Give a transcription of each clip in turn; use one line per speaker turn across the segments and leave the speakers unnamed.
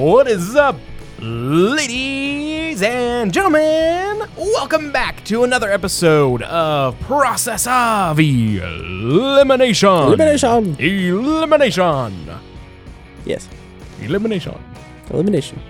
What is up, ladies and gentlemen? Welcome back to another episode of Process of Elimination.
Elimination.
Elimination.
Yes.
Elimination.
Elimination.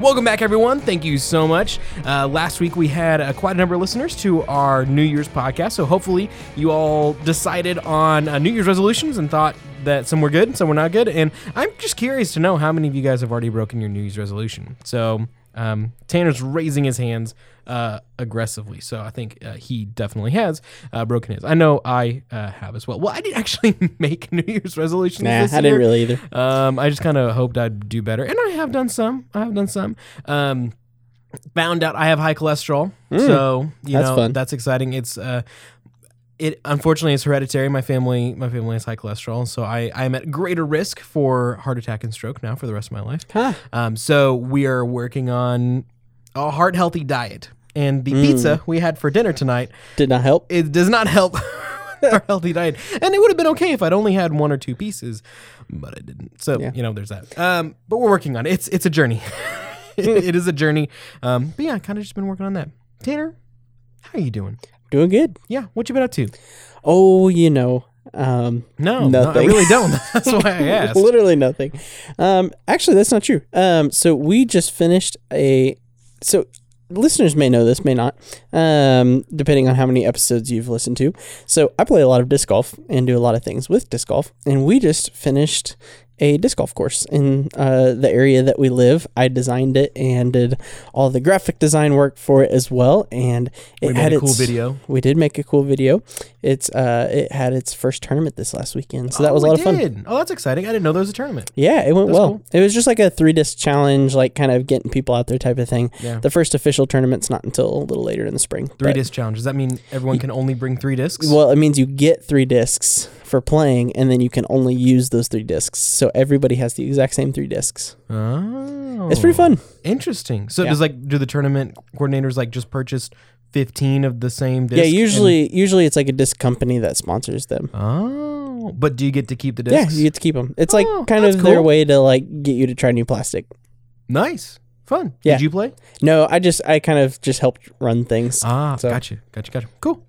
Welcome back, everyone. Thank you so much. Uh, last week we had uh, quite a number of listeners to our New Year's podcast, so hopefully you all decided on uh, New Year's resolutions and thought that some were good and some were not good. And I'm just curious to know how many of you guys have already broken your New Year's resolution. So um, Tanner's raising his hands uh, aggressively, so I think uh, he definitely has uh, broken his. I know I uh, have as well. Well, I didn't actually make New Year's resolutions.
Nah,
this
I didn't
year.
really either.
Um, I just kind of hoped I'd do better, and I have done some. I have done some. Um, found out I have high cholesterol, so you
Mm, that's
know
fun.
that's exciting. It's uh, it unfortunately is hereditary. My family, my family has high cholesterol, so I I am at greater risk for heart attack and stroke now for the rest of my life.
Huh.
Um, so we are working on a heart healthy diet, and the
Mm.
pizza we had for dinner tonight
Did not help.
it does not help our healthy diet. And it would have been okay if I'd only had one or two pieces, but I didn't. So
Yeah.
you know, there's that. Um, but we're working on it. It's it's a journey.
Hmm.
it is a journey. Um, but yeah, kind of just been working on that. Tanner, how are you doing?
Doing good.
Yeah, what you been up to?
Oh, you know. Um,
No, no, I
Nothing.
really don't. That's why I asked.
literally nothing. Um, actually, that's not true. Um, so we just finished a. So listeners may know this, may not, um, depending on how many episodes you've listened to. So I play a lot of disc golf and do a lot of things with disc golf, and we just finished a disc golf course in uh, the area that we live. I designed it and did all the graphic design work for it as well, and it
We
had
made a cool
its-
video.
We did make a cool video. It's uh, it had its first tournament this last weekend, so that was a
Oh,
lot
we
of fun.
did. Oh, that's exciting. I didn't know there was a tournament.
Yeah, it went
That's
well.
cool.
It was just like a three disc challenge, like kind of getting people out there type of thing.
Yeah.
The first official tournament's not until a little later in the spring.
Three
but-
disc challenge. Does that mean everyone can only bring three discs?
Well, it means you get three discs for playing, and then you can only use those three discs. So everybody has the exact same three discs.
oh.
It's pretty fun.
Interesting. So
Yeah.
does like do the tournament coordinators like just purchase fifteen of the same disc?
Yeah,
and-
usually usually it's like a disc company that sponsors them.
oh, but do you get to keep the
Yeah,
discs?
you get to keep them. It's like
Oh,
kind
that's
of their
cool.
way to like get you to try new plastic.
nice, fun.
Yeah.
Did you play?
No, I just I kind of just helped run things.
Ah,
So-
gotcha, gotcha, gotcha. Cool.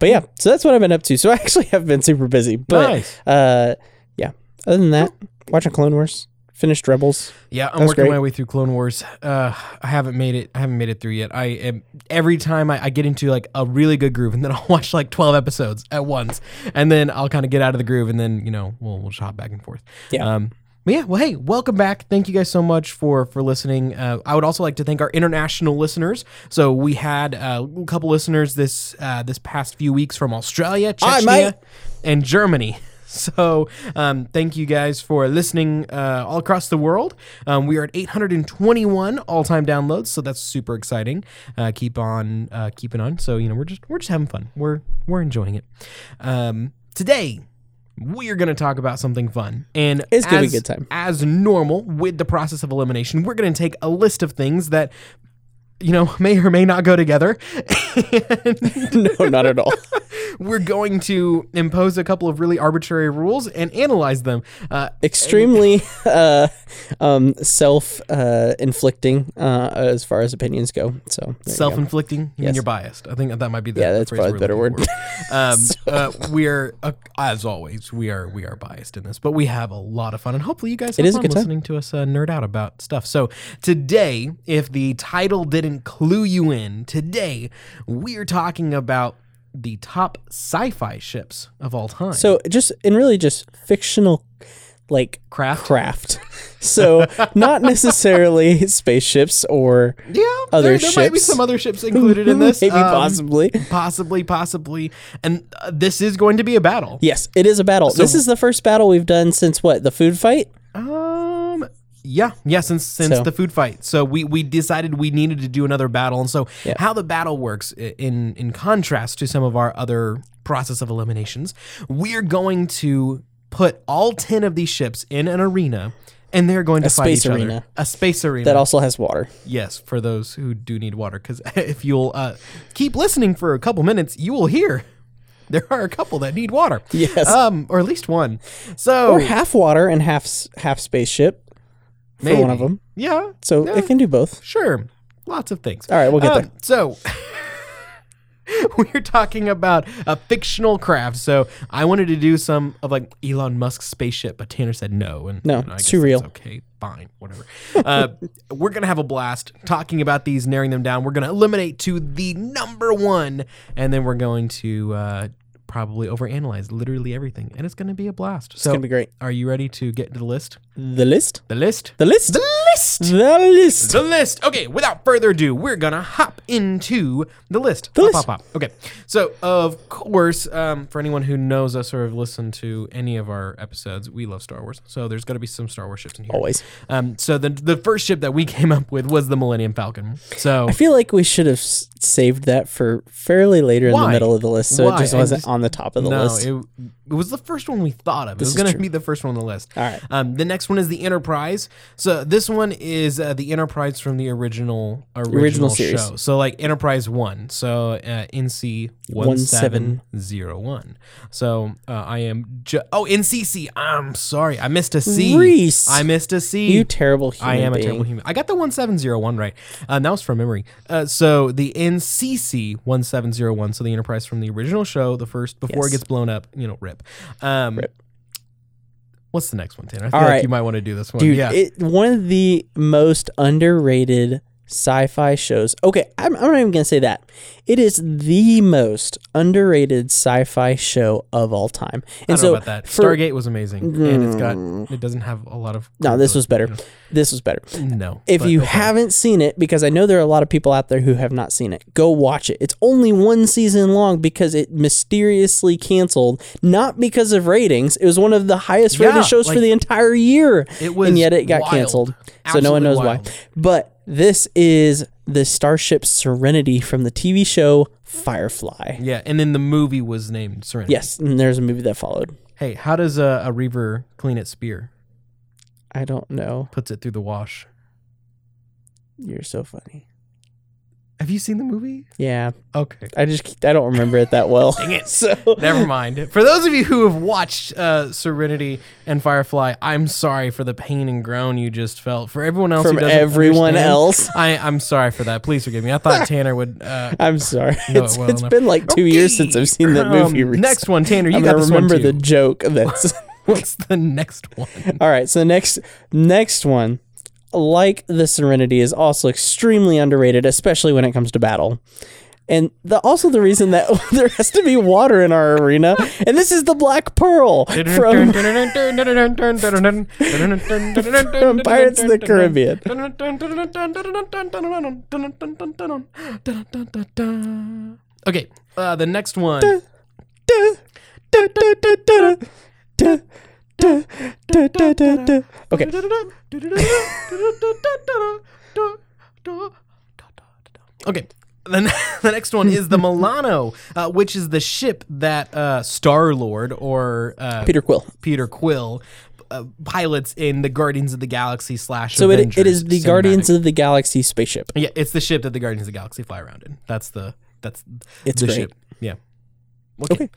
But yeah, so that's what I've been up to. So I actually have been super busy. But
nice.
Uh, yeah. Other than that, watching Clone Wars, finished Rebels.
Yeah, I'm
that's
working
great.
my way through Clone Wars. Uh, I haven't made it. I haven't made it through yet. I am every time I, I get into like a really good groove, and then I'll watch like 12 episodes at once, and then I'll kind of get out of the groove, and then you know we'll we'll just hop back and forth.
Yeah.
Um, but yeah, well, hey, welcome back. Thank you guys so much for for listening. Uh, I would also like to thank our international listeners. So we had uh, a couple listeners this uh, this past few weeks from Australia,
Hi, mate.
Chechnya, and Germany. So um, thank you guys for listening uh, all across the world. Um, we are at 821 all time downloads, so that's super exciting. Uh, keep on uh, keeping on. So you know we're just we're just having fun. We're we're enjoying it. Um, today we are going to talk about something fun. And
It's gonna be
as-
a good time.
As normal with the process of elimination, we're going to take a list of things that you know may or may not go together, and
no, not at all.
we're going to impose a couple of really arbitrary rules and analyze them. Uh,
Extremely uh, um, self uh, inflicting uh, as far as opinions go. So there you go.
self-inflicting. You mean
Yes.
you're biased. I think that might be the
Yeah,
the
that's
phrase
probably
we're
a better
looking
word.
for. Um, uh, we're uh, as always we are we are biased in this, but we have a lot of fun, and hopefully you guys have
is a
fun
good time.
listening to us uh, nerd out about stuff. So today, if the title didn't clue you in, today we're talking about the top sci-fi ships of all time.
So just and really just fictional, like
Craft?
craft. So not necessarily spaceships or
yeah,
other
there, there might be
ships.
some other ships included in this,
maybe
um,
possibly.
possibly, possibly, and uh, this is going to be a battle.
Yes, it is a battle. this is the first battle we've done since what the food fight.
Um. Yeah, yeah. Since since
So-
the food fight, so we we decided we needed to do another battle, and so how the battle works i- in in contrast to some of our other process of eliminations, we're going to put all ten of these ships in an arena, and they're going to fight
space
each
arena.
other. A space arena.
That also has water.
yes, for those who do need water, because if you'll uh, keep listening for a couple minutes, you will hear there are a couple that need water.
Yes.
Um, or at least one. So
Half water and half s- half spaceship. for one of
Maybe.
them.
Yeah,
So
Yeah.
it can do both.
sure. Lots of things.
All right, we'll get
Um,
there.
So we're talking about a fictional craft. So I wanted to do some of like Elon Musk's spaceship, but Tanner said no. And
No,
and I
it's
guess
too
that's
real.
Okay, fine, whatever. Uh, we're gonna have a blast talking about these, narrowing them down. We're gonna eliminate to the number one, and then we're going to uh, probably overanalyze literally everything, and it's gonna be a blast.
It's
So
gonna be great.
are you ready to get to the list?
The list.
The list.
The list.
The list.
The list.
The list. Okay, without further ado, we're gonna hop into the list. The hop,
list.
hop, hop. Okay. So, of course, um, for anyone who knows us or have listened to any of our episodes, we love Star Wars. So there's gonna be some Star Wars ships in here.
Always.
Um, so the the first ship that we came up with was the Millennium Falcon. So
I feel like we should have s- saved that for fairly later in
Why?
the middle of the list, so
Why?
it just
I
wasn't
just-
on the top of the
no,
list.
it, it was the first one we thought of. it was
is
gonna
true.
be the first one on the list.
All right.
Um, the next one is the Enterprise. So this one is uh, the Enterprise from the original original,
Original series.
show. So like Enterprise One. So uh, NC one seven zero one. So uh, I am. Ju- oh NCC. I'm sorry. I missed a C. I
Reese.
missed a C.
You terrible human
I am
being.
a terrible human. I got the 1701 right. Uh, that was from memory. Uh, so the NCC 1701, so the Enterprise from the original show, the first, before it
Yes.
gets blown up, you know, rip. Um,
Rip.
What's the next one, Tanner? I feel
All
like
right.
you might want to do this one.
Dude,
yeah.
it, one of the most underrated sci-fi shows. Okay, I'm, I'm not even gonna say that. It is the most underrated sci-fi show of all time. And
I don't
so
know about that.
for-
Stargate was amazing, and it's got it doesn't have a lot of.
No, this was better. This was better.
No,
If
but
you
okay.
haven't seen it, because I know there are a lot of people out there who have not seen it, go watch it. It's only one season long because it mysteriously canceled, not because of ratings. It was one of the highest
Yeah,
rated shows
like,
for the entire year.
it was
and yet it got
wild.
canceled. So no one
Absolutely
knows
wild.
why. But this is the Starship Serenity from the TV show Firefly.
yeah, and then the movie was named Serenity.
Yes, and there's a movie that followed.
Hey, how does uh, a, a reaver clean its spear?
I don't know.
Puts it through the wash.
You're so funny.
Have you seen the movie?
Yeah,
Okay.
I just I don't remember it that well. Dang
it.
So
Never mind. For those of you who have watched uh, Serenity and Firefly, I'm sorry for the pain and groan you just felt. For everyone else, who
from
doesn't
everyone
understand,
else.
I, I'm sorry for that. Please forgive me. I thought Tanner would. Uh,
I'm sorry.
No,
it's
well
it's
enough.
been like two years since I've seen that movie.
Um,
recently.
next one, Tanner. You
I'm
got
gonna
this
remember
one
the
too.
joke. That's
What's the next one?
all right. So the next next one, like the Serenity, is also extremely underrated, especially when it comes to battle. And the, also the reason that there has to be water in our arena, and this is the Black Pearl from
from
Pirates of the Caribbean.
Caribbean. Okay, uh, the next one.
Okay,
Okay. The, ne- the next one is the Milano, uh, which is the ship that uh, Star Lord or uh,
Peter Quill.
Peter Quill uh, pilots in the Guardians of the Galaxy slash.
So it, it is the
Avengers
Guardians
cinematic-
of the Galaxy spaceship.
yeah, it's the ship that the Guardians of the Galaxy fly around in. That's the that's
It's
the
great.
ship. Yeah. Okay.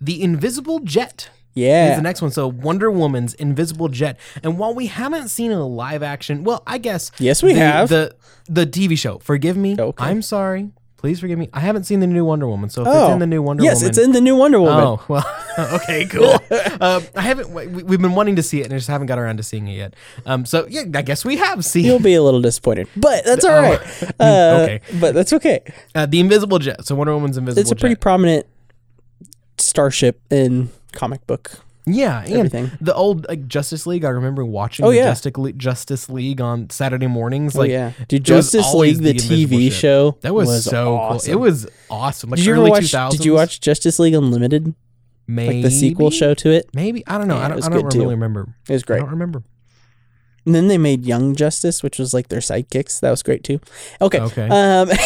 The Invisible Jet.
Yeah.
Is the next one. So Wonder Woman's Invisible Jet. And while we haven't seen a live action, well, I guess
Yes, we
the-
have.
the the TV show. Forgive me.
Okay.
I'm sorry. Please forgive me. I haven't seen the new Wonder Woman. So if
Oh.
it's in the new Wonder
yes,
Woman,
it's in the new Wonder Woman.
Oh well, okay, cool. um, I haven't. We, we've been wanting to see it, and I just haven't got around to seeing it yet. Um, so yeah, I guess we have
You'll
seen
be a little disappointed, but that's all right. Uh,
Oh. Okay.
But that's okay.
uh, the Invisible Jet. So Wonder Woman's Invisible
It's a pretty
Jet.
prominent starship in comic book.
yeah, and
everything.
the old like Justice League. I remember watching
Oh,
the
yeah.
Justice, Le- Justice League on Saturday mornings. Like,
oh, yeah. Dude,
it was
Justice
always
League, the,
Invisible
TV
Jet.
show.
That was, so
awesome.
cool. It was awesome. Like
Did you ever
early
watch?
2000s.
Did you watch Justice League Unlimited,
Maybe,
like the sequel show to it?
Maybe I don't know.
Yeah,
I
it
don't.
was
I don't
good,
really
too.
remember.
It was
I
great.
don't remember.
And then they made Young Justice, which was like their sidekicks. That was great too. Okay.
Okay.
Um,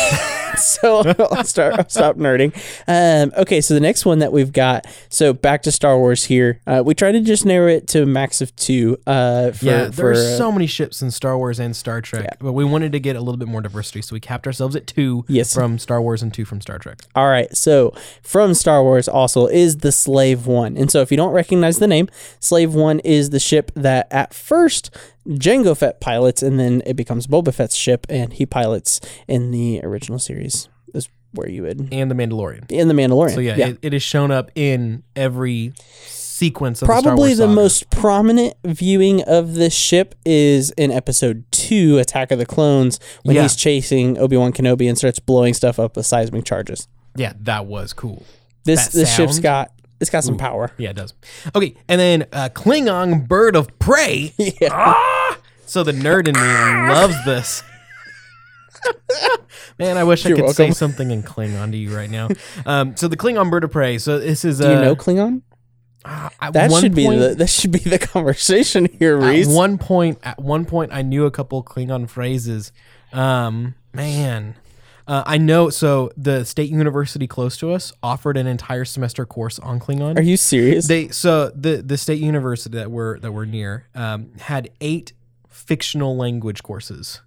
so I'll start I'll stop nerding. Um, okay, so the next one that we've got, so back to Star Wars here. Uh, we try to just narrow it to a max of two. Uh, for,
yeah, there
for,
are
uh,
so many ships in Star Wars and Star Trek, but we wanted to get a little bit more diversity, so we capped ourselves at two
Yes.
from Star Wars and two from Star Trek.
All right, so from Star Wars also is the Slave One. And so if you don't recognize the name, Slave One is the ship that at first Jango Fett pilots and then it becomes Boba Fett's ship and he pilots in the original series is where you would
And The Mandalorian.
in the Mandalorian.
So yeah, It, it has shown up in every sequence of the Star
Probably
Wars
the
saga.
most prominent viewing of this ship is in episode two, Attack of the Clones, when
Yeah.
he's chasing Obi Wan Kenobi and starts blowing stuff up with seismic charges.
Yeah, that was cool.
This
That
this ship's
sound?
got it's got some power.
Yeah, it does. Okay, and then uh, Klingon Bird of Prey.
Yeah.
Ah! So the nerd in me loves this. Man, I wish I
You're
could say
welcome.
something in Klingon to you right now. Um, so the Klingon Bird of Prey. So this is uh,
Do you know Klingon?
at
That
one
should be
point-
the that should be the conversation here,
at
Reese.
one point at one point I knew a couple Klingon phrases. Um, man. Uh, I know. So the state university close to us offered an entire semester course on Klingon.
Are you serious?
They so the the state university that we're that we're near um, had eight fictional language courses.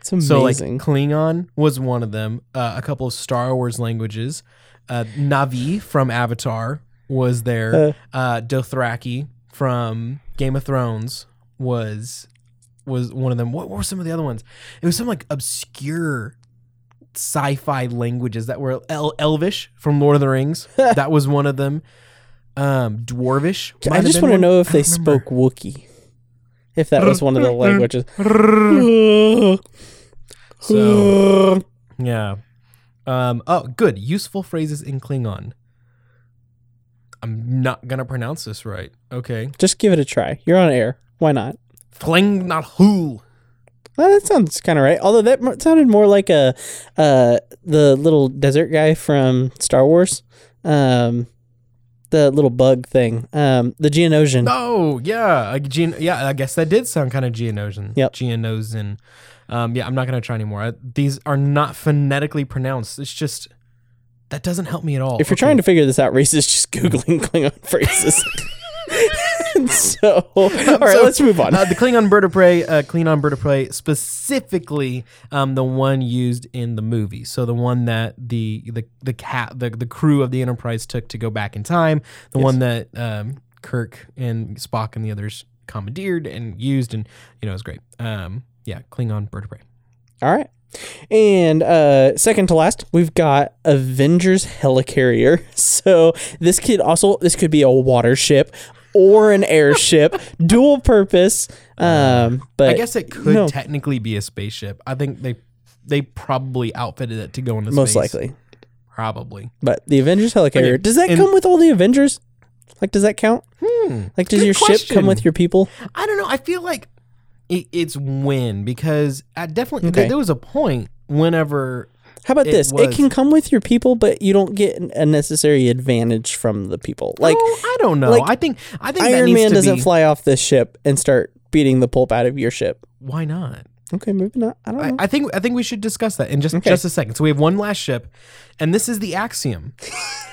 it's
So
amazing.
like Klingon was one of them. Uh, a couple of Star Wars languages. Uh, Navi from Avatar was
Oh,
there. Uh, Dothraki from Game of Thrones was was one of them. What were some of the other ones? It was some like obscure sci-fi languages that were El- Elvish from Lord of the Rings. that was one of them. Um, Dwarvish. might
I
have
just
been
want to
one.
know if
I
they
don't remember.
spoke Wookiee. If that was one of the languages.
So yeah. Um, oh, good. Useful phrases in Klingon. I'm not gonna pronounce this right. Okay.
Just give it a try. You're on air. Why not?
Flingnahul.
Well, that sounds kind of right. Although that mo- sounded more like a uh, the little desert guy from Star Wars, um, the little bug thing, um, the Geonosian.
No, Oh, yeah. Like Gian, yeah, I guess that did sound kind of Geonosian.
Yep.
Geonosian. Um, yeah, I'm not gonna try anymore. I, these are not phonetically pronounced. It's just that doesn't help me at all.
If you're trying to figure this out, Reese is just googling Klingon phrases. so, all right,
So,
let's move on.
uh, the Klingon bird of prey, uh, Klingon bird of prey, specifically um, the one used in the movie. So the one that the the the cat the, the crew of the Enterprise took to go back in time. The one that um, Kirk and Spock and the others commandeered and used, and you know it was great. Um, yeah, Klingon bird of prey.
all right. And uh, second to last, we've got Avengers Helicarrier. So this could also this could be a water ship or an airship, dual purpose. Um, but
Uh, I guess it could
no.
technically be a spaceship. I think they they probably outfitted it to go into
most
space.
likely.
probably.
But the Avengers Helicarrier
Okay,
does that
and- Hmm,
come with all the Avengers? Like, does that count? Like, does
good
your ship
question.
come with your people?
I don't know. I feel like it, it's when because I definitely
Okay.
there was a point whenever
How about
It
this? It
was.
can come with your people, but you don't get an- a necessary advantage from the people. Like
oh, I don't know.
like,
I think I think that
Iron
needs
Man
to
doesn't
be,
fly off this ship and start beating the pulp out of your ship.
Why not?
Okay, moving on. I don't
I,
know.
I think I think we should discuss that in just just a second. So we have one last ship, and this is the axiom.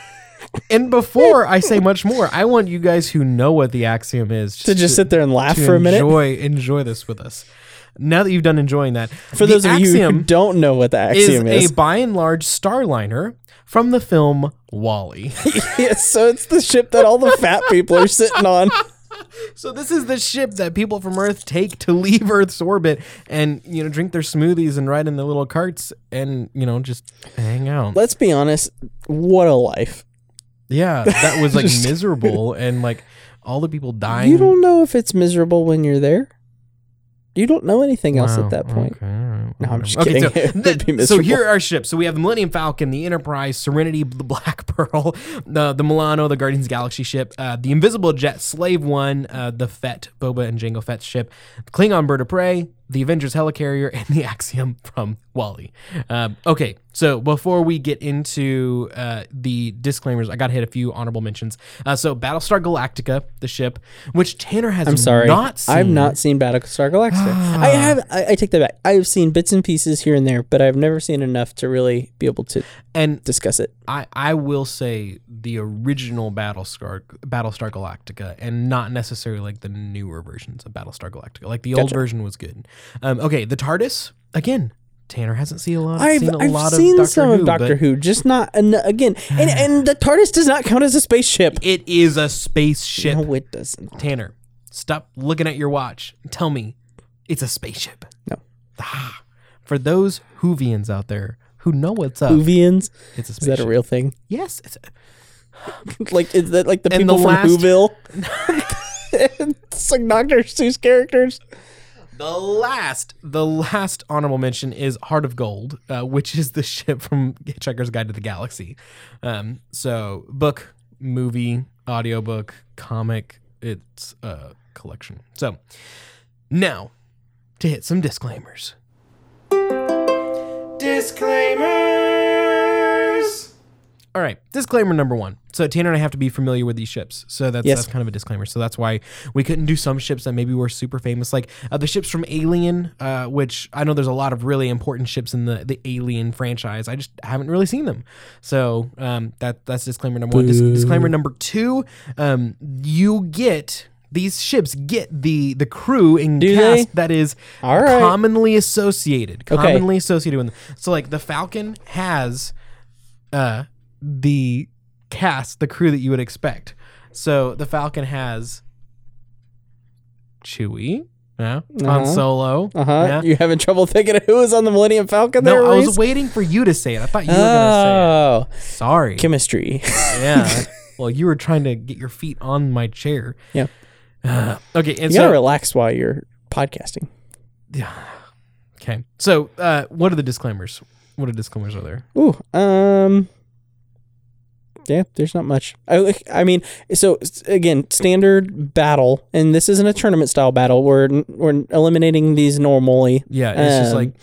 and before I say much more, I want you guys who know what the axiom is
to just sit there and laugh
to
for a minute.
Enjoy enjoy this with us. Now that you've done enjoying that,
for those of you who don't know what the
is,
axiom is,
a by and large starliner from the film Wally.
yes, so it's the ship that all the fat people are sitting on.
so this is the ship that people from Earth take to leave Earth's orbit and you know drink their smoothies and ride in their little carts and you know just hang out.
Let's be honest. What a life!
Yeah, that was like miserable and like all the people dying.
You don't know if it's miserable when you're there. You don't know anything else
Wow,
at that point.
okay, all right,
No, I'm
whatever.
just
Okay,
kidding.
so
It would
that-
be
so
miserable.
here are our ships. So we have the Millennium Falcon, the Enterprise, Serenity, the Black Pearl, the the Milano, the Guardians of the Galaxy ship, uh, the Invisible Jet, Slave One, uh, the Fett, Boba and Jango Fett's ship, the Klingon Bird of Prey, the Avengers Helicarrier, and the Axiom from Wally. Um, okay, so before we get into uh, the disclaimers, I got to hit a few honorable mentions. Uh, so Battlestar Galactica, the ship, which Tanner has
I'm sorry.
not seen.
I've not seen Ah. Battlestar Galactica. I have. I, I take that back. I have seen bits and pieces here and there, but I've never seen enough to really be able to
And
discuss it.
I, I will say the original Battlestar Battlestar Galactica, and not necessarily like the newer versions of Battlestar Galactica. Like the old
Gotcha.
version was good. Um, okay, the TARDIS again. Tanner hasn't seen a lot.
I've
seen a
I've
lot
seen
of Doctor
some
Who,
of Doctor
but
Who, just not en- again. And and the TARDIS does not count as a spaceship.
It is a spaceship.
No, it does not.
Tanner, stop looking at your watch. and Tell me, it's a spaceship.
No.
Ah, for those Whovians out there who know what's up,
Whovians
it's a
is
spaceship.
that a real thing?
yes, it's a,
like is that like the
And
people
the
from
last-
Whoville? it's like Doctor Seuss characters.
The last, the last honorable mention is Heart of Gold, uh, which is the ship from Hitchhiker's Guide to the Galaxy. Um, so book, movie, audiobook, comic, it's a collection. So now to hit some disclaimers. Disclaimers. All right, disclaimer number one. So Tanner and I have to be familiar with these ships, so that's,
Yes.
that's kind of a disclaimer. So that's why we couldn't do some ships that maybe were super famous, like uh, the ships from Alien, uh, which I know there's a lot of really important ships in the the Alien franchise. I just haven't really seen them, so um, that that's disclaimer number one. Dis- disclaimer number two: um, you get these ships get the the crew and
Do
cast
they?
that is
All right.
commonly associated,
Okay.
commonly associated with them. So like the Falcon has uh, the cast, the crew that you would expect. So the Falcon has Chewie, yeah, Han
Uh-huh.
Solo.
Uh huh.
Uh-huh. yeah.
You having trouble thinking of who was on the Millennium Falcon?
No,
there,
I was
Reese?
waiting for you to say it. I thought you were gonna
Oh,
say it. Sorry.
chemistry.
yeah. Well, you were trying to get your feet on my chair.
Yeah.
Uh, okay, and
you
so
gotta relax while you're podcasting.
okay. So, uh, what are the disclaimers? What are disclaimers are there?
Ooh, um, yeah, there's not much. I, I mean, so s- again, standard battle, and this isn't a tournament style battle. We're we're eliminating these normally.
Yeah, it's just
Um,
like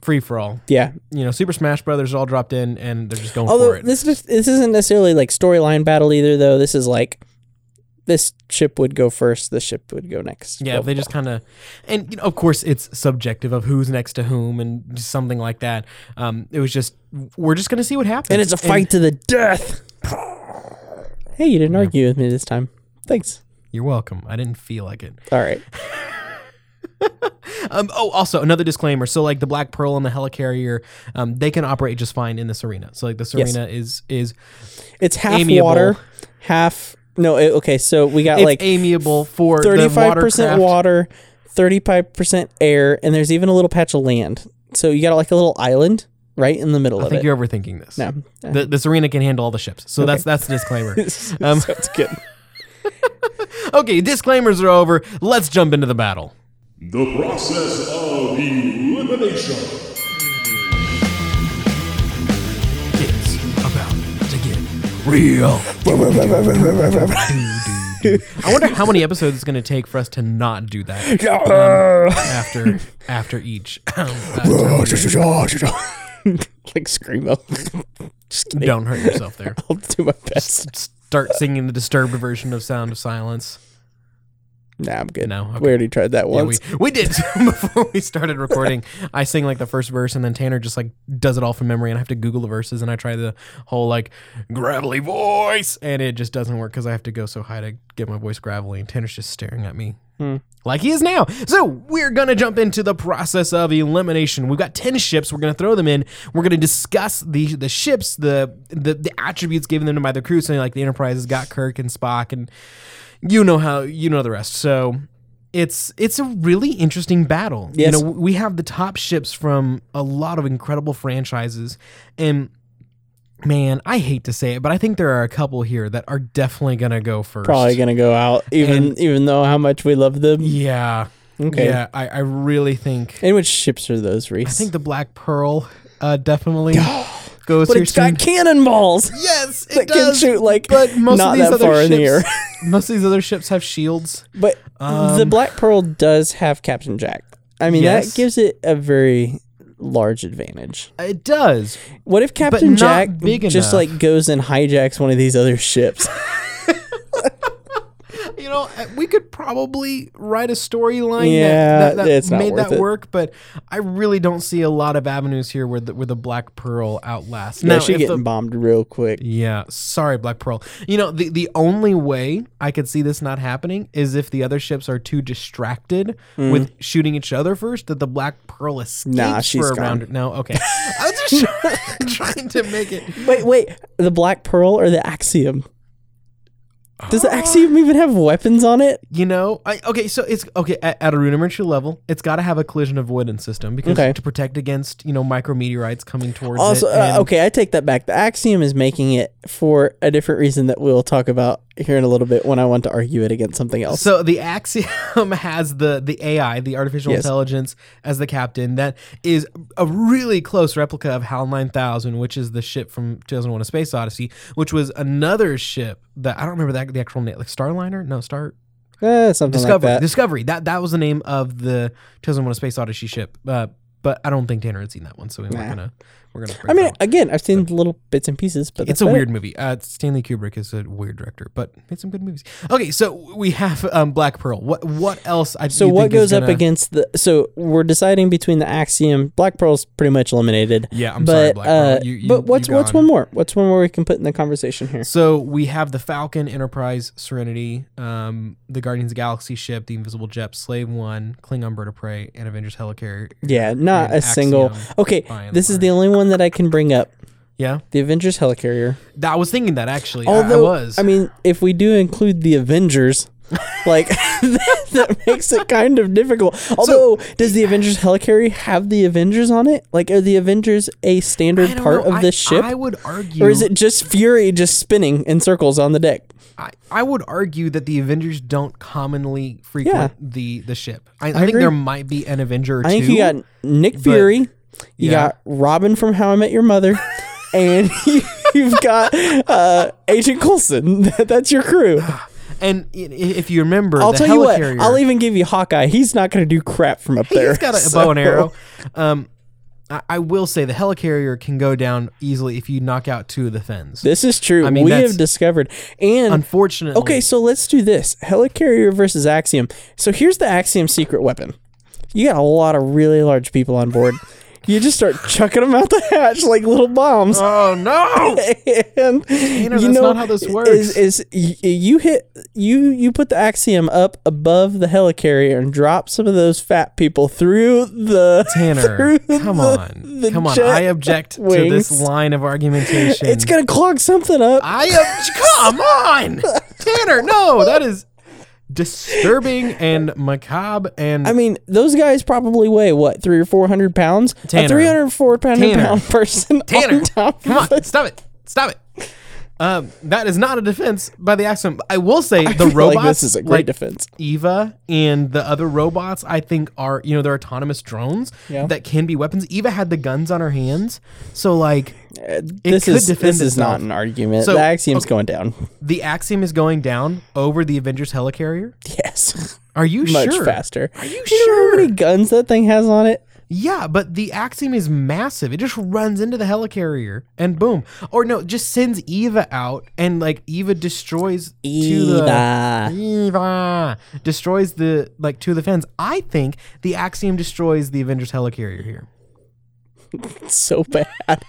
free for all.
Yeah.
You know, Super Smash Brothers all dropped in, and they're just going for
Although
it.
this is- this isn't necessarily like storyline battle either, though. This is like this ship would go first, this ship would go next.
Yeah,
Blah,
they
blah,
just kind of, and you know, of course, it's subjective of who's next to whom and something like that. Um, it was just we're just gonna see what happens,
blah. and it's a fight to the death. hey, you didn't argue with me this time. Thanks.
you're welcome. I didn't feel like it.
All right.
Um, oh, also another disclaimer. So like the Black Pearl and the Helicarrier, um, they can operate just fine in this arena. So like this
Yes.
arena is is
It's half
Amiable.
water, half no. It, okay, so we got
it's
Uh, like
amiable for thirty
thirty-five
five
percent water, thirty-five percent air, and there's even a little patch of land. So you got like a little island right in the middle
I
of
think
it.
you're overthinking this.
No,
Th- this arena can handle all the ships. So that's that's the disclaimer. Um,
that's good.
okay, disclaimers are over. Let's jump into the battle.
The process of elimination.
It's about to get real. I wonder how many episodes it's going to take for us to not do that um, after after each. Um, uh,
like screamo. Just kidding.
don't hurt yourself there.
I'll do my best.
Start singing the disturbed version of Sound of Silence.
Nah, I'm good.
No, okay.
We already tried that
Yeah, we,
once.
we did before we started recording. I sing like the first verse, and then Tanner just like does it all from memory, and I have to Google the verses, and I try the whole like gravelly voice, and it just doesn't work because I have to go so high to get my voice gravelly, and Tanner's just staring at me. Like he is now. So, we're going to jump into the process of elimination. We've got 10 ships. We're going to throw them in. We're going to discuss the the ships, the, the the attributes given them by the crew. So, like the Enterprise has got Kirk and Spock, and you know how you know the rest. So it's it's a really interesting battle.
Yes.
You know, we have the top ships from a lot of incredible franchises, and man, I hate to say it, but I think there are a couple here that are definitely gonna go first.
Probably gonna go out, even
And-
even though how much we love them.
Yeah.
Okay.
Yeah, I, I really think
And which ships are those, Reese?
I think the Black Pearl uh, definitely goes
but
here
it's got
soon.
cannonballs.
yes, it
that can
does.
shoot, like,
but most
not
of these
that
other
far in
ships,
the air.
most of these other ships have shields.
But the
Um,
Black Pearl does have Captain Jack. I mean,
Yes.
that gives it a very large advantage.
It does.
What if Captain
not
Jack
big enough.
just like goes and hijacks one of these other ships?
You know, uh, we could probably write a storyline
Yeah,
that, that, that
it's not
made
worth
that
it.
work, but I really don't see a lot of avenues here where the, where the Black Pearl outlasts.
no,
Now,
she
if
getting
the-
bombed real quick.
Yeah, sorry, Black Pearl. You know, the, the only way I could see this not happening is if the other ships are too distracted with shooting each other first that the Black Pearl escapes
Mm. Nah, she's
for a
gone.
round. No, okay. I was just trying to make it.
Wait, wait. The Black Pearl or the Axiom? Does
Ah.
the Axiom even have weapons on it?
You know, I, okay, so it's okay at, at a rudimentary level. It's got to have a collision avoidance system because
Okay.
to protect against you know micrometeorites coming towards
Also,
it.
uh,
and-
okay, I take that back. The Axiom is making it for a different reason that we'll talk about here in a little bit when I want to argue it against something else.
So the Axiom has the the AI, the artificial
Yes.
intelligence, as the captain. That is a really close replica of HAL 9000, which is the ship from 2001: A Space Odyssey, which was another ship that I don't remember that the actual name, like Starliner. No, Star
Eh, something
Discovery.
like that.
Discovery. That that was the name of the 2001: A Space Odyssey ship. Uh, but I don't think Tanner had seen that one, so we're not
Nah.
gonna we're gonna.
I
bring that
mean,
one.
again, I've seen little bits and pieces, but
It's
that's
a
about
weird movie. Uh, Stanley Kubrick is a weird director, but made some good movies. Okay, so we have um, Black Pearl. What what else? I,
It. So what goes up against the? So we're deciding between the Axiom. Black Pearl's pretty much eliminated.
Yeah, I'm
but
sorry, Black Pearl.
uh,
You- you-
but what's
you
what's
gone.
one more? What's one more we can put in the conversation here?
So we have the Falcon, Enterprise, Serenity, um, the Guardians of the Galaxy ship, the Invisible Jet, Slave One, Klingon Bird of Prey, and Avengers Helicarrier.
Yeah, not
and
a single.
Axiom,
Okay,
by and
this is the only one that I can bring up.
Yeah,
The Avengers helicarrier.
That- I was thinking that actually. I-
Although,
I was.
I mean, if we do include the Avengers, like that, that makes it kind of difficult. Although, does the Avengers helicarrier have the Avengers on it? Like, are the Avengers a
I
standard
don't
part
know.
of
I-
this ship,
I would argue,
or is it just Fury just spinning in circles on the deck?
I, I would argue that the Avengers don't commonly frequent
Yeah.
the the ship. I, I, think
agree.
there might be an Avenger. Or
I think
two.
you got Nick Fury, you
yeah.
got Robin from How I Met Your Mother, and you, you've got uh, Agent Coulson. That's your crew.
And i- i- if you remember,
I'll
the
tell you what.
Helicarrier-
I'll even give you Hawkeye. He's not going to do crap from up there.
He's got a
so-
bow and arrow. Um, I, I will say the helicarrier can go down easily if you knock out two of the fins.
This is true.
I mean,
we
that's-
have discovered. And
Unfortunately,
okay, so let's do this: helicarrier versus Axiom. So here's the Axiom secret weapon. You got a lot of really large people on board. you just start chucking them out the hatch like little bombs.
Oh no!
and you
that's
know
not how this works.
Is, is y- you hit you you put the axiom up above the helicarrier and drop some of those fat people through the
Tanner,
through
come
the-
on,
the
come on!
jet
I object to this
wings.
line of argumentation.
It's gonna clog something up.
I ob- come on, Tanner. No, that is disturbing and macabre. And
I mean, those guys probably weigh what three or four hundred pounds.
Tanner.
A three hundred four pound
Tanner.
pound person
Tanner,
on top.
come on, stop it, stop it. Um, that is not a defense by the axiom. I will say the
I feel
robots.
like this is a great
like,
defense.
Eva and the other robots, I think, are you know they're autonomous drones
Yeah.
that can be weapons. Eva had the guns on her hands, so like
Uh, This
could
is
defend
this is
itself.
not an argument.
So-
the axiom's going down.
the Axiom is going down over the Avengers helicarrier.
Yes,
Are you
much
sure?
faster. Are
you
How
sure?
many guns that thing has on it?
Yeah, but the Axiom is massive. It just runs into the helicarrier and boom, or no, it just sends Eva out and like Eva destroys to the-
Eva.
Eva destroys the like two of the fans. I think the Axiom destroys the Avengers helicarrier here.
so bad.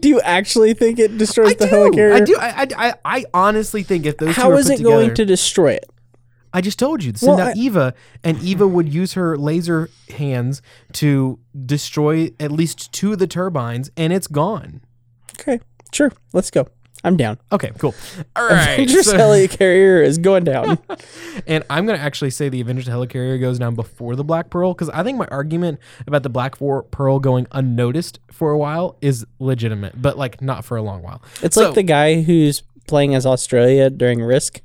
do you actually think it destroys the
do.
helicarrier?
I do. I, I, I, I honestly think if those two
How
are
is
put
it
together,
going to destroy it?
I just told you send
Well,
out
I-
Eva, and Eva would use her laser hands to destroy at least two of the turbines, and it's gone.
Okay, sure. Let's go. I'm down.
Okay, cool. All right,
Avengers
so-
helicarrier is going down.
and I'm gonna actually say the Avengers Helicarrier goes down before the Black Pearl because I think my argument about the Black For- Pearl going unnoticed for a while is legitimate, but like not for a long while.
It's
So-
like the guy who's playing as Australia during Risk.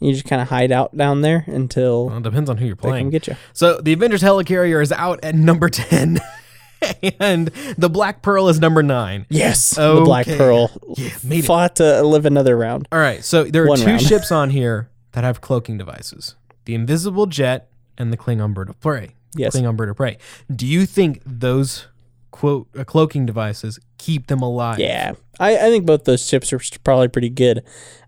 You just kind of hide out down there until
Well, it depends on who you're
they
playing.
can get you.
So the Avengers Helicarrier is out at number 10, and the Black Pearl is number 9.
Yes, the Black
Okay.
Pearl
Yeah, made it.
fought to live another round.
All right, so there are
One
two
round.
ships on here that have cloaking devices the Invisible Jet and the Klingon Bird of Prey.
Yes.
Klingon Bird of Prey. Do you think those quote uh, cloaking devices keep them alive?
Yeah, I, I think both those chips are probably pretty good.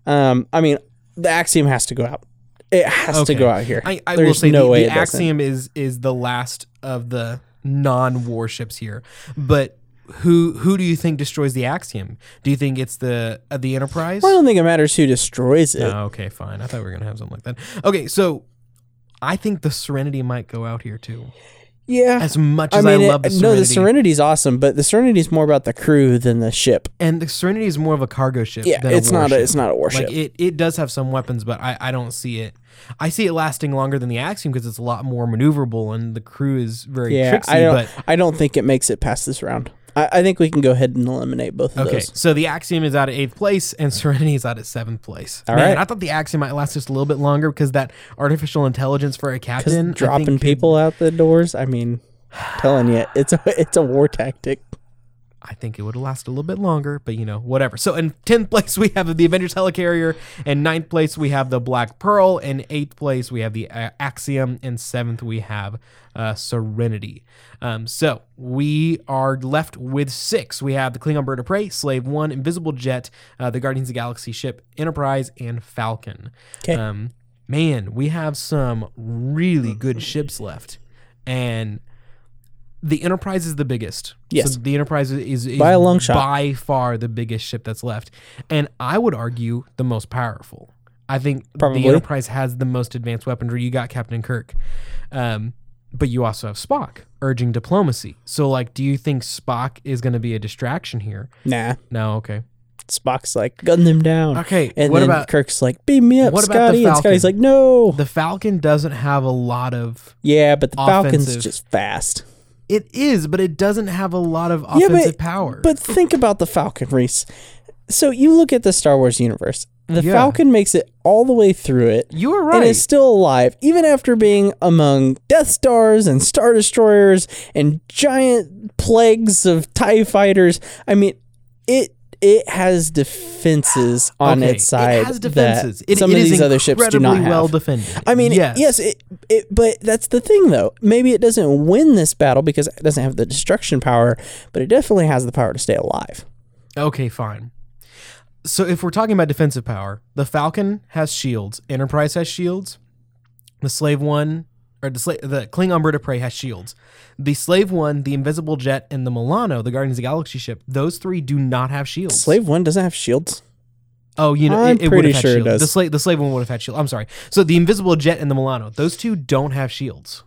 Um, I mean, the axiom has to go out. It has
Okay.
to go out here.
I, I
There's
will say
no
the,
way
the
it doesn't.
Axiom is is the last of the non warships here, but who who do you think destroys the Axiom? Do you think it's the uh, the Enterprise?
I don't think it matters who destroys it.
Oh, okay, fine. I thought we were gonna have something like that. Okay, so I think the Serenity might go out here too.
Yeah,
As much
I
as I,
mean, it-
love the Serenity,
no, the Serenity's awesome, but the Serenity's more about the crew than the ship.
and the Serenity is more of a cargo ship.
Yeah,
than
it's
a
not a,
warship.
it's not a warship.
Like it, it does have some weapons, but I, I don't see it. I see it lasting longer than the Axiom because it's a lot more maneuverable and the crew is very
yeah,
tricksy.
I don't
but
I don't think it makes it past this round. I, I think we can go ahead and eliminate both of
okay,
those.
so the Axiom is out at eighth place and Serenity is out at seventh place.
All
Man,
right.
I thought the Axiom might last just a little bit longer because that artificial intelligence for a
Just
captain I
dropping
think could-
people out the doors. I mean, telling you, it's a it's a war tactic.
I think it would last a little bit longer, but you know, whatever. So in tenth place we have the Avengers Helicarrier, in ninth place we have the Black Pearl, in eighth place we have the uh, Axiom, and seventh we have uh, Serenity. Um, so we are left with six. We have the Klingon Bird of Prey, Slave One, Invisible Jet, uh, the Guardians of the Galaxy ship, Enterprise, and Falcon.
'Kay.
Um, man, we have some really
Mm-hmm.
good ships left, and the Enterprise is the biggest.
Yes.
So the Enterprise is, is
By a long shot.
by far the biggest ship that's left, and I would argue the most powerful. I think
Probably.
the Enterprise has the most advanced weaponry. You got Captain Kirk, um, but you also have Spock urging diplomacy. So, like, do you think Spock is going to be a distraction here?
Nah,
No. Okay.
Spock's like gun them down.
Okay.
And
what
then
about
Kirk's like, beam me up,
what about the
Scotty. And Scotty's like,
Falcon?
no.
the Falcon? Doesn't have a lot of
yeah, but the Falcon's
Offensive.
just fast.
It is, but it doesn't have a lot of
Yeah,
offensive
but-
power.
But think about the Falcon, Reese. So you look at the Star Wars universe. The
Yeah.
Falcon makes it all the way through it.
you were
and
right.
is still alive, even after being among Death Stars and Star Destroyers and giant plagues of TIE fighters. I mean, it it has defenses on
Okay,
its side.
It has defenses.
That
It,
some
it
of
is
these other ships do not
incredibly
have.
well defended.
I mean, yes,
yes,
it, it, but that's the thing, though. Maybe it doesn't win this battle because it doesn't have the destruction power, but it definitely has the power to stay alive.
Okay, fine. So if we're talking about defensive power, the Falcon has shields. Enterprise has shields. The Slave One or the Sla- the Klingon Bird of Prey has shields. The Slave One, the Invisible Jet, and the Milano, the Guardians of the Galaxy ship, those three do not have shields.
Slave One doesn't have shields.
Oh, you know,
I'm
it, it would
pretty
have had
sure it
shields.
does.
The slave, the slave one would have had shields. I'm sorry. So the invisible jet and the Milano, those two don't have shields.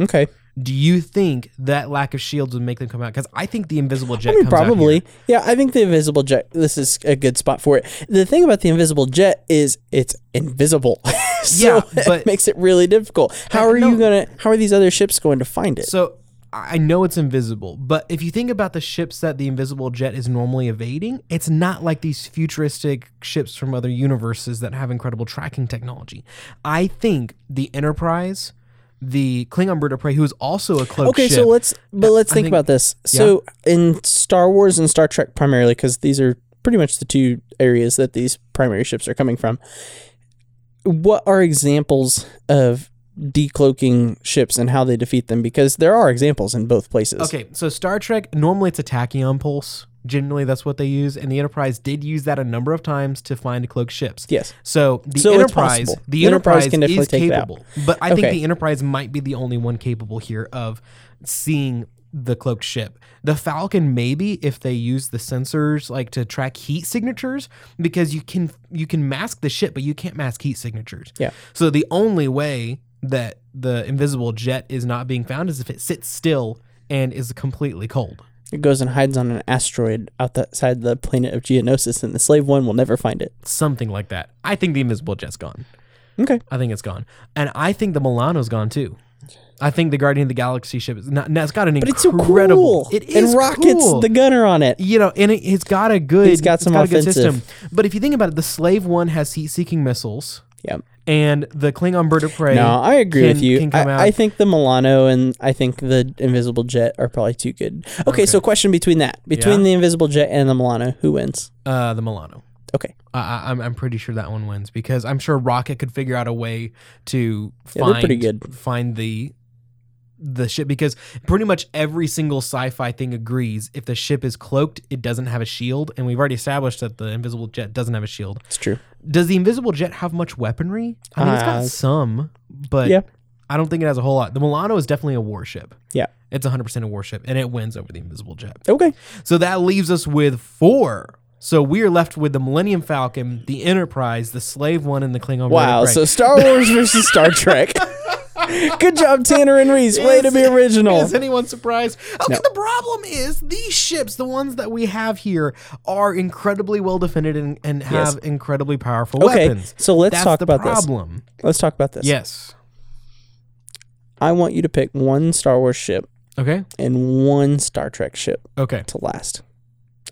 Okay,
Do you think that lack of shields would make them come out? Because I think the invisible jet.
I mean,
comes out
probably.
here.
Yeah, I think the invisible jet. This is a good spot for it. The thing about the invisible jet is it's invisible. so
Yeah, but-
it makes it really difficult. How
Uh,
are
no.
you gonna? How are these other ships going to find it?
So I I know it's invisible, but if you think about the ships that the invisible jet is normally evading, it's not like these futuristic ships from other universes that have incredible tracking technology. I think the Enterprise, the Klingon bird of prey, who is also a cloaked
okay,
ship.
so let's but
oh,
let's
I
think,
think-
about this. So in Star Wars and Star Trek primarily, because these are pretty much the two areas that these primary ships are coming from. What are examples of decloaking ships and how they defeat them? Because there are examples in both places.
Okay, so Star Trek normally it's a tachyon pulse. Generally, that's what they use, and the Enterprise did use that a number of times to find cloaked ships.
Yes.
So the
So it's
Enterprise,
possible.
the
The Enterprise
Enterprise,
can definitely
is
take it out.
capable, but I think
Okay.
the Enterprise might be the only one capable here of seeing the cloaked ship. The Falcon maybe if they use the sensors like to track heat signatures because you can you can mask the ship but you can't mask heat signatures.
Yeah.
So the only way that the invisible jet is not being found is if it sits still and is completely cold.
It goes and hides on an asteroid outside the planet of Geonosis, and the Slave One will never find it.
Something like that. I think the invisible jet's gone.
Okay.
I think it's gone. And I think the Milano's gone too. I think the Guardian of the Galaxy ship is not, no, it's got an
But it's so
incredible.
cool.
It is
and rockets
cool.
the gunner on it.
you know, and it, it's got a good.
It's got some
a good
offensive.
system. But if you think about it, the Slave One has heat-seeking missiles,
Yep.
and the Klingon Bird of Prey.
No, I agree
can-
with you.
can come out.
I, I think the Milano and I think the Invisible Jet are probably too good. Okay, so question between that, between
Yeah.
the Invisible Jet and the Milano, who wins?
uh, the Milano.
Okay,
I, I- I'm I'm pretty sure that one wins because I'm sure Rocket could figure out a way to
Yeah, they're
find
pretty good.
find the the ship because pretty much every single sci-fi thing agrees if the ship is cloaked, it doesn't have a shield, and we've already established that the invisible jet doesn't have a shield.
It's true.
Does the invisible jet have much weaponry? I mean, it's got
Uh,
some, but
yeah.
I don't think it has a whole lot. The Milano is definitely a warship.
Yeah.
It's 100% a warship, and it wins over the invisible jet.
Okay.
So that leaves us with four. So we are left with the Millennium Falcon, the Enterprise, the Slave One, and the Klingon.
Wow.
Vertebrae.
So Star Wars versus Star Trek. Good job, Tanner and Reese. Way to be original.
Is anyone surprised? Okay, the problem is these ships, the ones that we have here, are incredibly well defended and, and have incredibly powerful
Okay,
weapons.
so let's
That's
talk
the
about this.
problem.
Let's talk about this.
Yes.
I want you to pick one Star Wars ship
Okay.
and one Star Trek ship
Okay.
to last.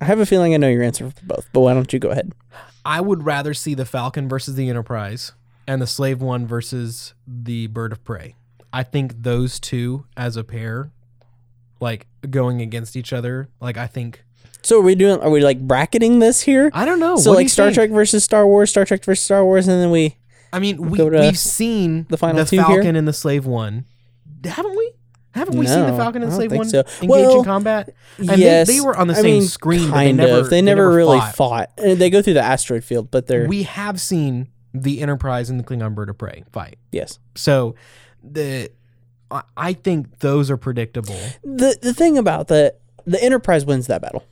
I have a feeling I know your answer for both, but why don't you go ahead?
I would rather see the Falcon versus the Enterprise and the Slave One versus the Bird of Prey. I think those two as a pair, like going against each other, like I think
So are we doing? Are we like bracketing this here?
I don't know.
so
Oh, What do
like
you
Star
think?
Trek versus Star Wars, Star Trek versus Star Wars, and then we
I mean, we
go to
we've seen
the final two here?
Falcon and the Slave One, haven't we? Haven't we seen the
No,
Falcon and
I
the
don't
Slave
think
One
so.
engage
Well,
in combat? And they-
yes,
they, were on the
I
same
mean,
screen. but
Kind
they never,
of. They never really
fought.
fought. Uh, They go through the asteroid field, but they're
We have seen the Enterprise and the Klingon Bird of Prey fight.
yes.
So the I- I think those are predictable.
The the thing about the the Enterprise wins that battle.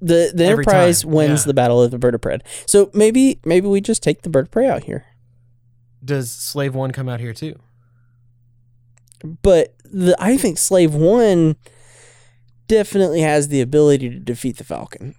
The the
Every
Enterprise
time,
wins
yeah.
the battle of the bird of prey. So maybe maybe we just take the bird of prey out here.
Does Slave One come out here too?
But the I think Slave One definitely has the ability to defeat the Falcon.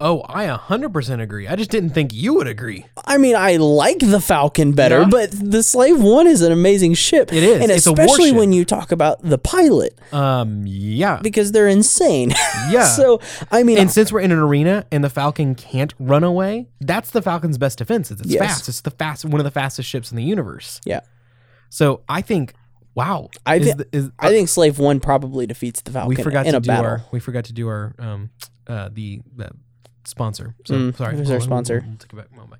Oh, I 100% agree. I just didn't think you would agree.
I mean, I like the Falcon better,
Yeah.
but the Slave One is an amazing ship.
It is.
and
It's a
especially
warship.
when you talk about the pilot
Um, yeah,
because they're insane.
yeah.
so I mean,
and since we're in an arena and the Falcon can't run away, that's the Falcon's best defense. It's, it's
Yes.
fast. It's the fast one of the fastest ships in the universe.
yeah,
So I think, wow,
I
is
thi-
the- is-
I think Slave One probably defeats the Falcon
we forgot
in
to
a
do
battle.
our we forgot to do our um uh the, the sponsor. So
Mm,
sorry,
who's our
Hold on,
sponsor?
we'll take it back. Hold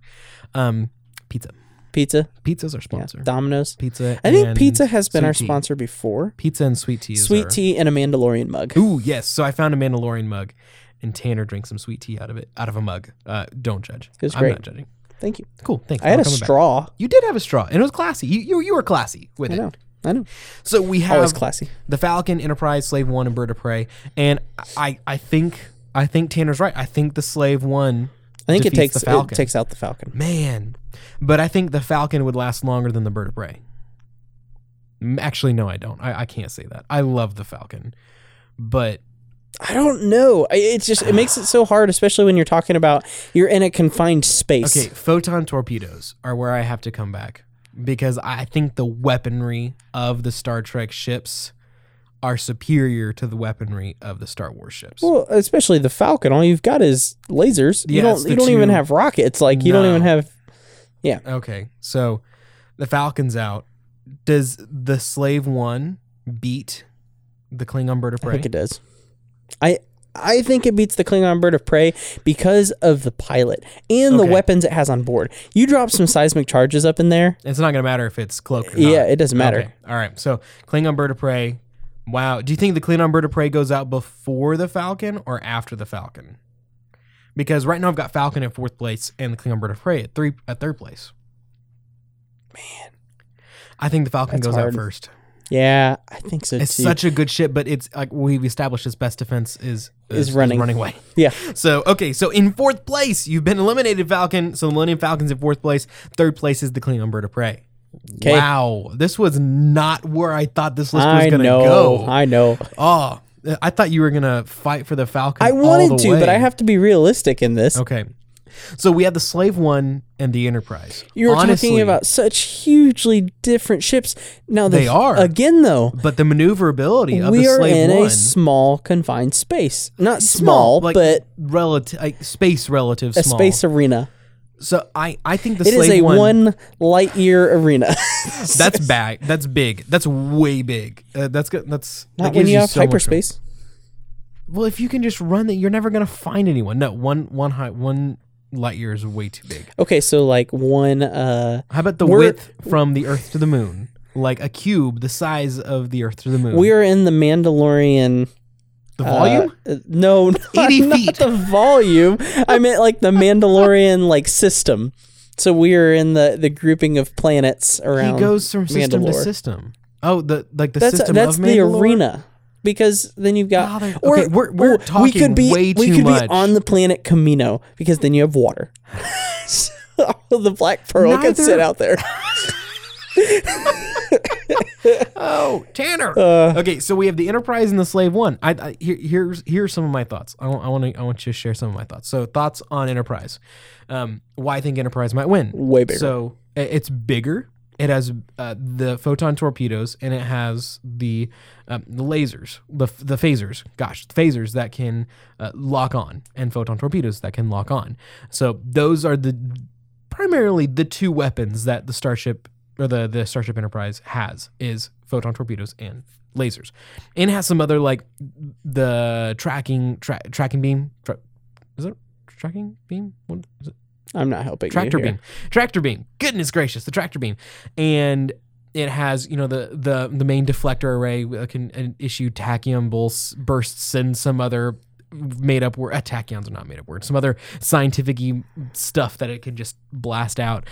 on. Um, pizza.
Pizza,
Pizza's our
yeah,
sponsor.
Domino's.
Pizza.
I think
and
pizza has been
sweet
our
tea.
sponsor before.
Pizza and sweet tea. Is
Sweet
our-
tea and a Mandalorian mug.
Ooh, yes. So I found a Mandalorian mug, and Tanner drank some sweet tea out of it, out of a mug. Uh, don't judge.
It was
I'm
great.
not judging.
Thank you.
Cool. Thanks.
I had
I'll
a
come back.
straw.
You did have a straw, and it was classy. You you, you were classy with
I know.
it.
I know.
So we
Always
have
classy.
the Falcon, Enterprise, Slave One, and Bird of Prey, and I I think I think Tanner's right. I think the Slave One.
I think it
defeats
takes
the Falcon.
it takes out the Falcon.
Man, but I think the Falcon would last longer than the Bird of Prey. Mm, Actually, no, I don't. I, I can't say that. I love the Falcon, but
I don't know. I- It's just it makes it so hard, especially when you're talking about you're in a confined space.
Okay, photon torpedoes are where I have to come back because I think the weaponry of the Star Trek ships are superior to the weaponry of the Star Wars ships.
Well, especially the Falcon. All you've got is lasers.
Yeah,
you
it's
don't.
the
You don't even
two-
have rockets. Like you don't
No.
even have.
Okay, so the Falcon's out. Does the Slave One beat the Klingon Bird of
I
Prey?
think it does. I I think it beats the Klingon bird of prey because of the pilot and the
Okay.
weapons it has on board. You drop some seismic charges up in there.
It's not going to matter if it's cloaked or not.
Yeah, it doesn't matter.
Okay, all right. So Klingon Bird of Prey. Wow. Do you think the Klingon Bird of Prey goes out before the Falcon or after the Falcon? Because right now I've got Falcon at fourth place and the Klingon Bird of Prey at three at third place. Man, I think the Falcon
That's
goes out
hard.
first.
Yeah, I think so
It's
too.
such a good ship, but it's like we've established its best defense is
Is running.
running away.
yeah,
So okay, so in fourth place you've been eliminated, Falcon. So the Millennium Falcon's in fourth place. Third place is the Klingon Bird of Prey.
'Kay.
Wow, this was not where I thought this list was
I
going to
know.
go.
I know.
oh, I thought you were going to fight for the Falcon.
I
all
wanted
the
to, but I
way.
have to be realistic in this.
Okay, so we had the Slave One and the Enterprise.
You were
Honestly,
talking about such hugely different ships. Now the
They
f-
are.
again though.
but the maneuverability of
we
the
are
Slave
in
One.
a small confined space. Not small,
like
but
relative, like space relative
a
small.
space arena.
So I, I think the
It
slave
is a
one,
one, light year arena.
That's bad. That's big. That's way big. Uh, that's good. That's that
Not when
gives
you have
so much room.
hyperspace.
Well, if you can just run that, you're never gonna find anyone. No, one one high one light year is way too big.
Okay, so like one uh
How about the
We're-
width from the Earth to the Moon? like a cube the size of the Earth to the moon.
We are in the Mandalorian.
the
uh,
volume.
uh, no, not,
80
not
feet.
the volume. I meant like the Mandalorian like system. So we are in the the grouping of planets around.
he goes from system to
Mandalore.
system. Oh, the like the
that's
system
that's
of
the
Mandalore?
arena. Because then you've got,
Father- okay, we're- we're
we
talking
could be
way
we
too
could
much.
be on the planet Camino because then you have water. so the black pearl could
Neither-
sit out there.
Oh, Tanner.
Uh.
okay, so we have the Enterprise and the Slave One. I, I here, here's here's some of my thoughts. I want to I want you to share some of my thoughts. So thoughts on Enterprise. Um, why I think Enterprise might win.
Way bigger.
So i- it's bigger. It has uh, the photon torpedoes and it has the um, the lasers, the f- the phasers. Gosh, phasers that can uh, lock on and photon torpedoes that can lock on. So those are the primarily the two weapons that the starship or the the starship Enterprise has is photon torpedoes and lasers, and it has some other like the tracking tra- tracking beam. Tra- is it tracking beam? What is it?
I'm not helping. you
tractor
here.
beam tractor beam goodness gracious the tractor beam and it has you know the the the main deflector array that can uh, issue tachyon bul- bursts and some other made up word uh, tachyons are not made up words some other scientific stuff that it can just blast out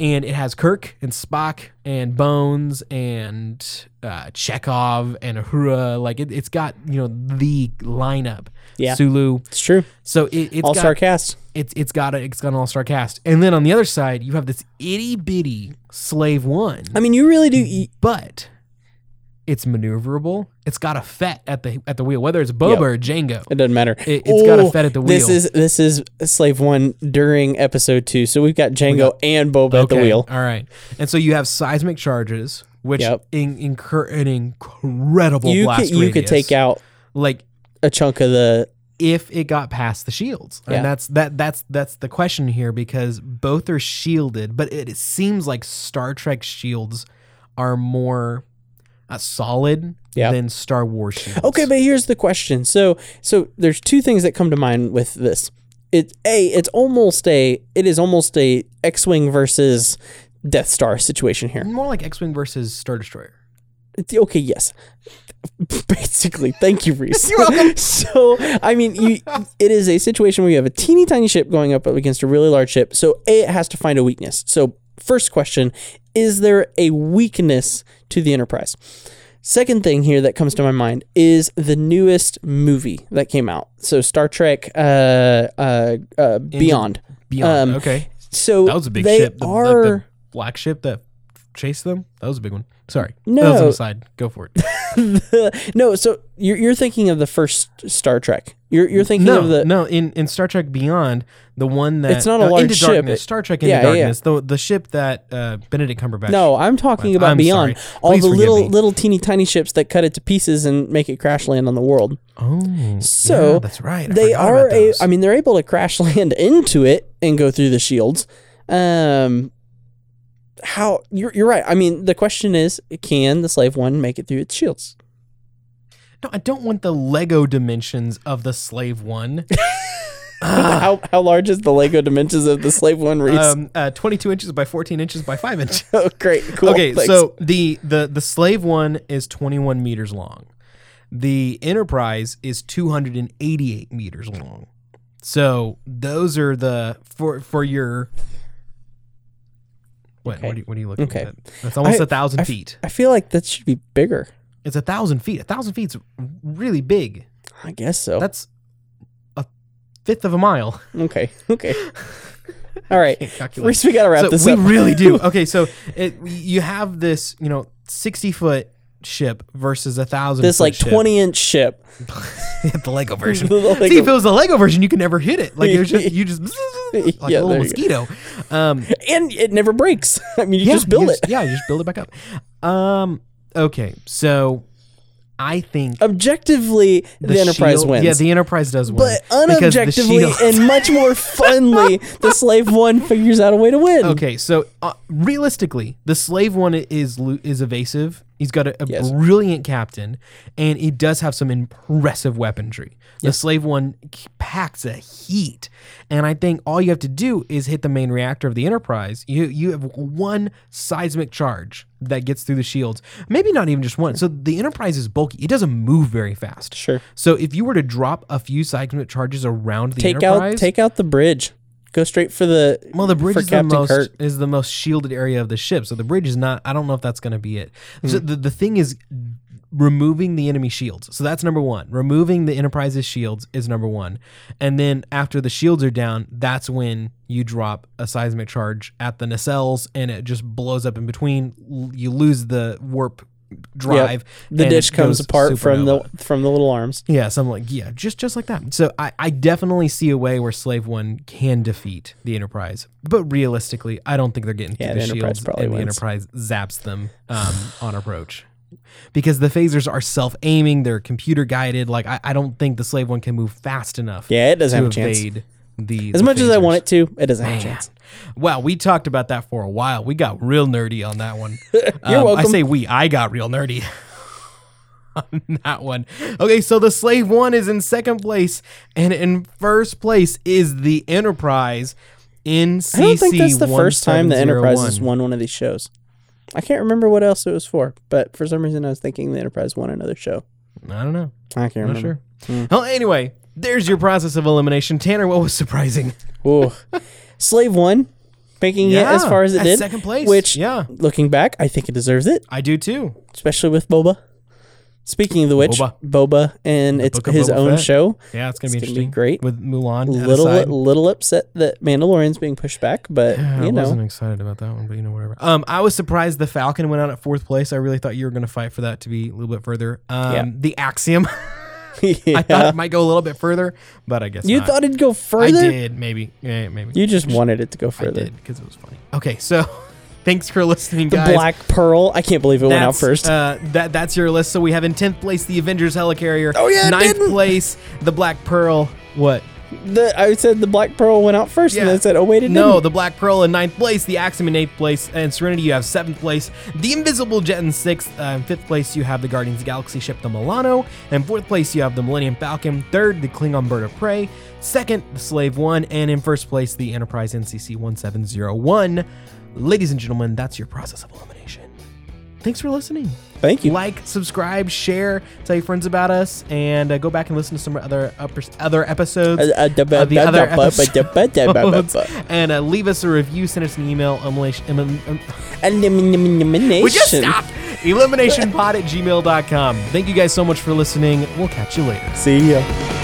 and it has kirk and spock and bones and uh, chekhov and ahura like it, it's got you know the lineup
Yeah.
sulu
It's true.
so it, it's
All
got-
star cast.
it's it's got a, it's got an all star cast, and then on the other side you have this itty bitty slave one,
I mean, you really do. You,
but it's maneuverable. It's got a fet at the at the wheel, whether it's Boba
Yep.
or Django.
It doesn't matter.
It- it's got a Fed at the
This
wheel.
is this is Slave One during episode two. So we've got Django and Boba at the
Okay,
wheel.
All right, and so you have seismic charges, which
Yep.
in, incur an incredible
you
blast.
could you could
radius.
take out
like
a chunk of the
if it got past the shields
Yeah.
and that's that that's that's the question here because both are shielded but it, it seems like star trek shields are more uh, solid
Yeah.
than star wars shields
Okay, but here's the question. So so there's two things that come to mind with this. It a it's almost a it is almost a X-wing versus Death Star situation here.
more like x-wing versus star destroyer
It's- okay, yes. Basically, thank you, Reese. You're welcome. so, I mean, you, it is a situation where you have a teeny tiny ship going up against a really large ship. So, A, it has to find a weakness. So, first question is there a weakness to the Enterprise? Second thing here that comes to my mind is the newest movie that came out. So, Star Trek uh, uh, uh, Beyond.
beyond
Um,
okay
So,
that was a big
they
ship the, like
Are,
the black ship that chased them that was a big one sorry that was
No.
an aside go for it
no, so you're, you're thinking of the first Star Trek. You're, you're thinking
no
of the.
no in, in star trek beyond the one that
It's not a
no,
large
Into
ship.
darkness,
It-
star trek into
Yeah, yeah, yeah.
darkness the, the ship that uh, benedict cumberbatch
No, I'm talking about
I'm
beyond
sorry.
all
Please
the
forgive
little
me.
little teeny tiny ships that cut it to pieces and make it crash land on the world.
Oh,
So
yeah, that's right. I
they
forgot
are
about
a.
those.
I mean, they're able to crash land into it and go through the shields. Um, how you're you're right. I mean, the question is, can the slave one make it through its shields?
no, I don't want the Lego dimensions of the slave one.
how how large is the Lego dimensions of the slave one? Reese?
um, uh, twenty-two inches by fourteen inches by five inches.
oh, great, cool.
okay,
thanks.
so the the the slave one is twenty-one meters long. The Enterprise is two hundred and eighty-eight meters long. So those are the for for your. What,
Okay.
what, are you, what are you looking
Okay.
at? That's almost
I-
a thousand
I f-
feet.
I feel like that should be bigger.
It's a thousand feet. A thousand feet's really big.
I guess so.
That's a fifth of a mile.
okay, okay. All right,
Calculate.
Reese, we gotta wrap
so
this
we
up.
really do. Okay, so it, you have this, you know, sixty foot ship versus a thousand.
this
foot
like
ship.
20 inch ship.
the Lego version.
The Lego-
See, if it was the Lego version, you could never hit it. Like it was just you just like
Yeah,
a
there
little
you go.
mosquito. Um,
and it never breaks. I mean, you
yeah,
just build
you
it.
Yeah, you just build it back up. Um, okay, so I think
Objectively, Uh, the, Enterprise
shield-
wins.
Yeah, the Enterprise does win,
but
because the
unobjectively
shield-
and much more funly, the Slave One figures out a way to win.
Okay, so uh, realistically, the slave one is lo- is evasive He's got a, a
Yes.
brilliant captain, and he does have some impressive weaponry. The slave one k- packs a heat, and I think all you have to do is hit the main reactor of the Enterprise. You you have one seismic charge that gets through the shields. Maybe not even just one. So the Enterprise is bulky; it doesn't move very fast.
Sure.
So if you were to drop a few seismic charges around the
Take
Enterprise,
out take out the bridge. Go straight for the
well, the bridge
for
is the most is the most shielded area of the ship, so the bridge is not. I don't know if that's going to be it. So
Mm-hmm.
the the thing is removing the enemy shields. So that's number one. Removing the Enterprise's shields is number one, and then after the shields are down, that's when you drop a seismic charge at the nacelles, and it just blows up in between. L- You lose the warp drive.
The
and
dish
it
comes
goes
apart from
supernova.
the from the little arms.
Yeah, something like yeah, just just like that. So I, I definitely see a way where Slave One can defeat the Enterprise, but realistically, I don't think they're getting
Yeah,
through the,
the Enterprise
shields,
probably
and the
wins.
Enterprise zaps them um, on approach because the phasers are self aiming, they're computer guided. Like I, I don't think the Slave One can move fast enough.
Yeah, it
to
doesn't have a chance.
evade the
As
the
much as I
phasers.
want it to, it doesn't have a
Man.
chance.
Wow, we talked about that for a while. We got real nerdy on that one. Um,
You're
I
welcome.
say we, I got real nerdy on that one. Okay, so the Slave One is in second place, and in first place is the Enterprise in CC
I don't think that's the first time the Enterprise has won one of these shows. I can't remember what else it was for, but for some reason I was thinking the Enterprise won another show.
I don't know.
I can't
I'm
remember.
not sure. Well, anyway, there's your process of elimination. Tanner, what was surprising?
Ooh. Slave one, making it as
Yeah,
far as it
at
did.
second place,
Which,
yeah.
looking back, I think it deserves it,
I do too.
especially with Boba. Speaking of the which,
Boba.
Boba, and it's
Book of
his
Boba
own
Fett.
show.
Yeah, it's gonna be
It's gonna be
interesting.
great.
with Mulan. at
little
aside.
little upset that Mandalorian's being pushed back, but
I
you
wasn't
know,
excited about that one, but you know, whatever. Um, I was surprised the Falcon went out at fourth place. I really thought you were going to fight for that to be a little bit further. Um,
Yeah.
the Axiom,
Yeah.
I thought it might go a little bit further, but I guess
you
not.
thought it'd go
I
further.
did, maybe, yeah, maybe
You just wanted it to go
I
further.
did because it was funny. Okay, so thanks for listening,
The
guys.
Black Pearl. I can't believe it went out
That's,
first.
Uh, that that's your list. So we have in tenth place the Avengers Helicarrier.
Oh, yeah, it
ninth
didn't.
place the Black Pearl. What?
the, I said the Black Pearl went out first, and
Yeah.
then I said, "Oh wait, it
No,
didn't."
the Black Pearl in ninth place, the Axiom in eighth place, and Serenity you have seventh place. The Invisible Jet in sixth, uh, in fifth place you have the Guardians of the Galaxy ship, the Milano, and fourth place you have the Millennium Falcon. Third, the Klingon Bird of Prey. Second, the Slave One, and in first place the Enterprise NCC 1701. Ladies and gentlemen, that's your process of elimination. Thanks for listening.
Thank you.
Like, subscribe, share, tell your friends about us, and uh, go back and listen to some other uppers- other episodes
Uh, uh, da- ba-
the
ba-
other
ba- ba-
episodes.
da- ba- da- ba- ba- ba.
and uh, leave us a review. Send us an email. Elimination. Um, um,
Elimination.
would you stop? Eliminationpod at gmail.com. Thank you guys so much for listening. We'll catch you later.
See ya.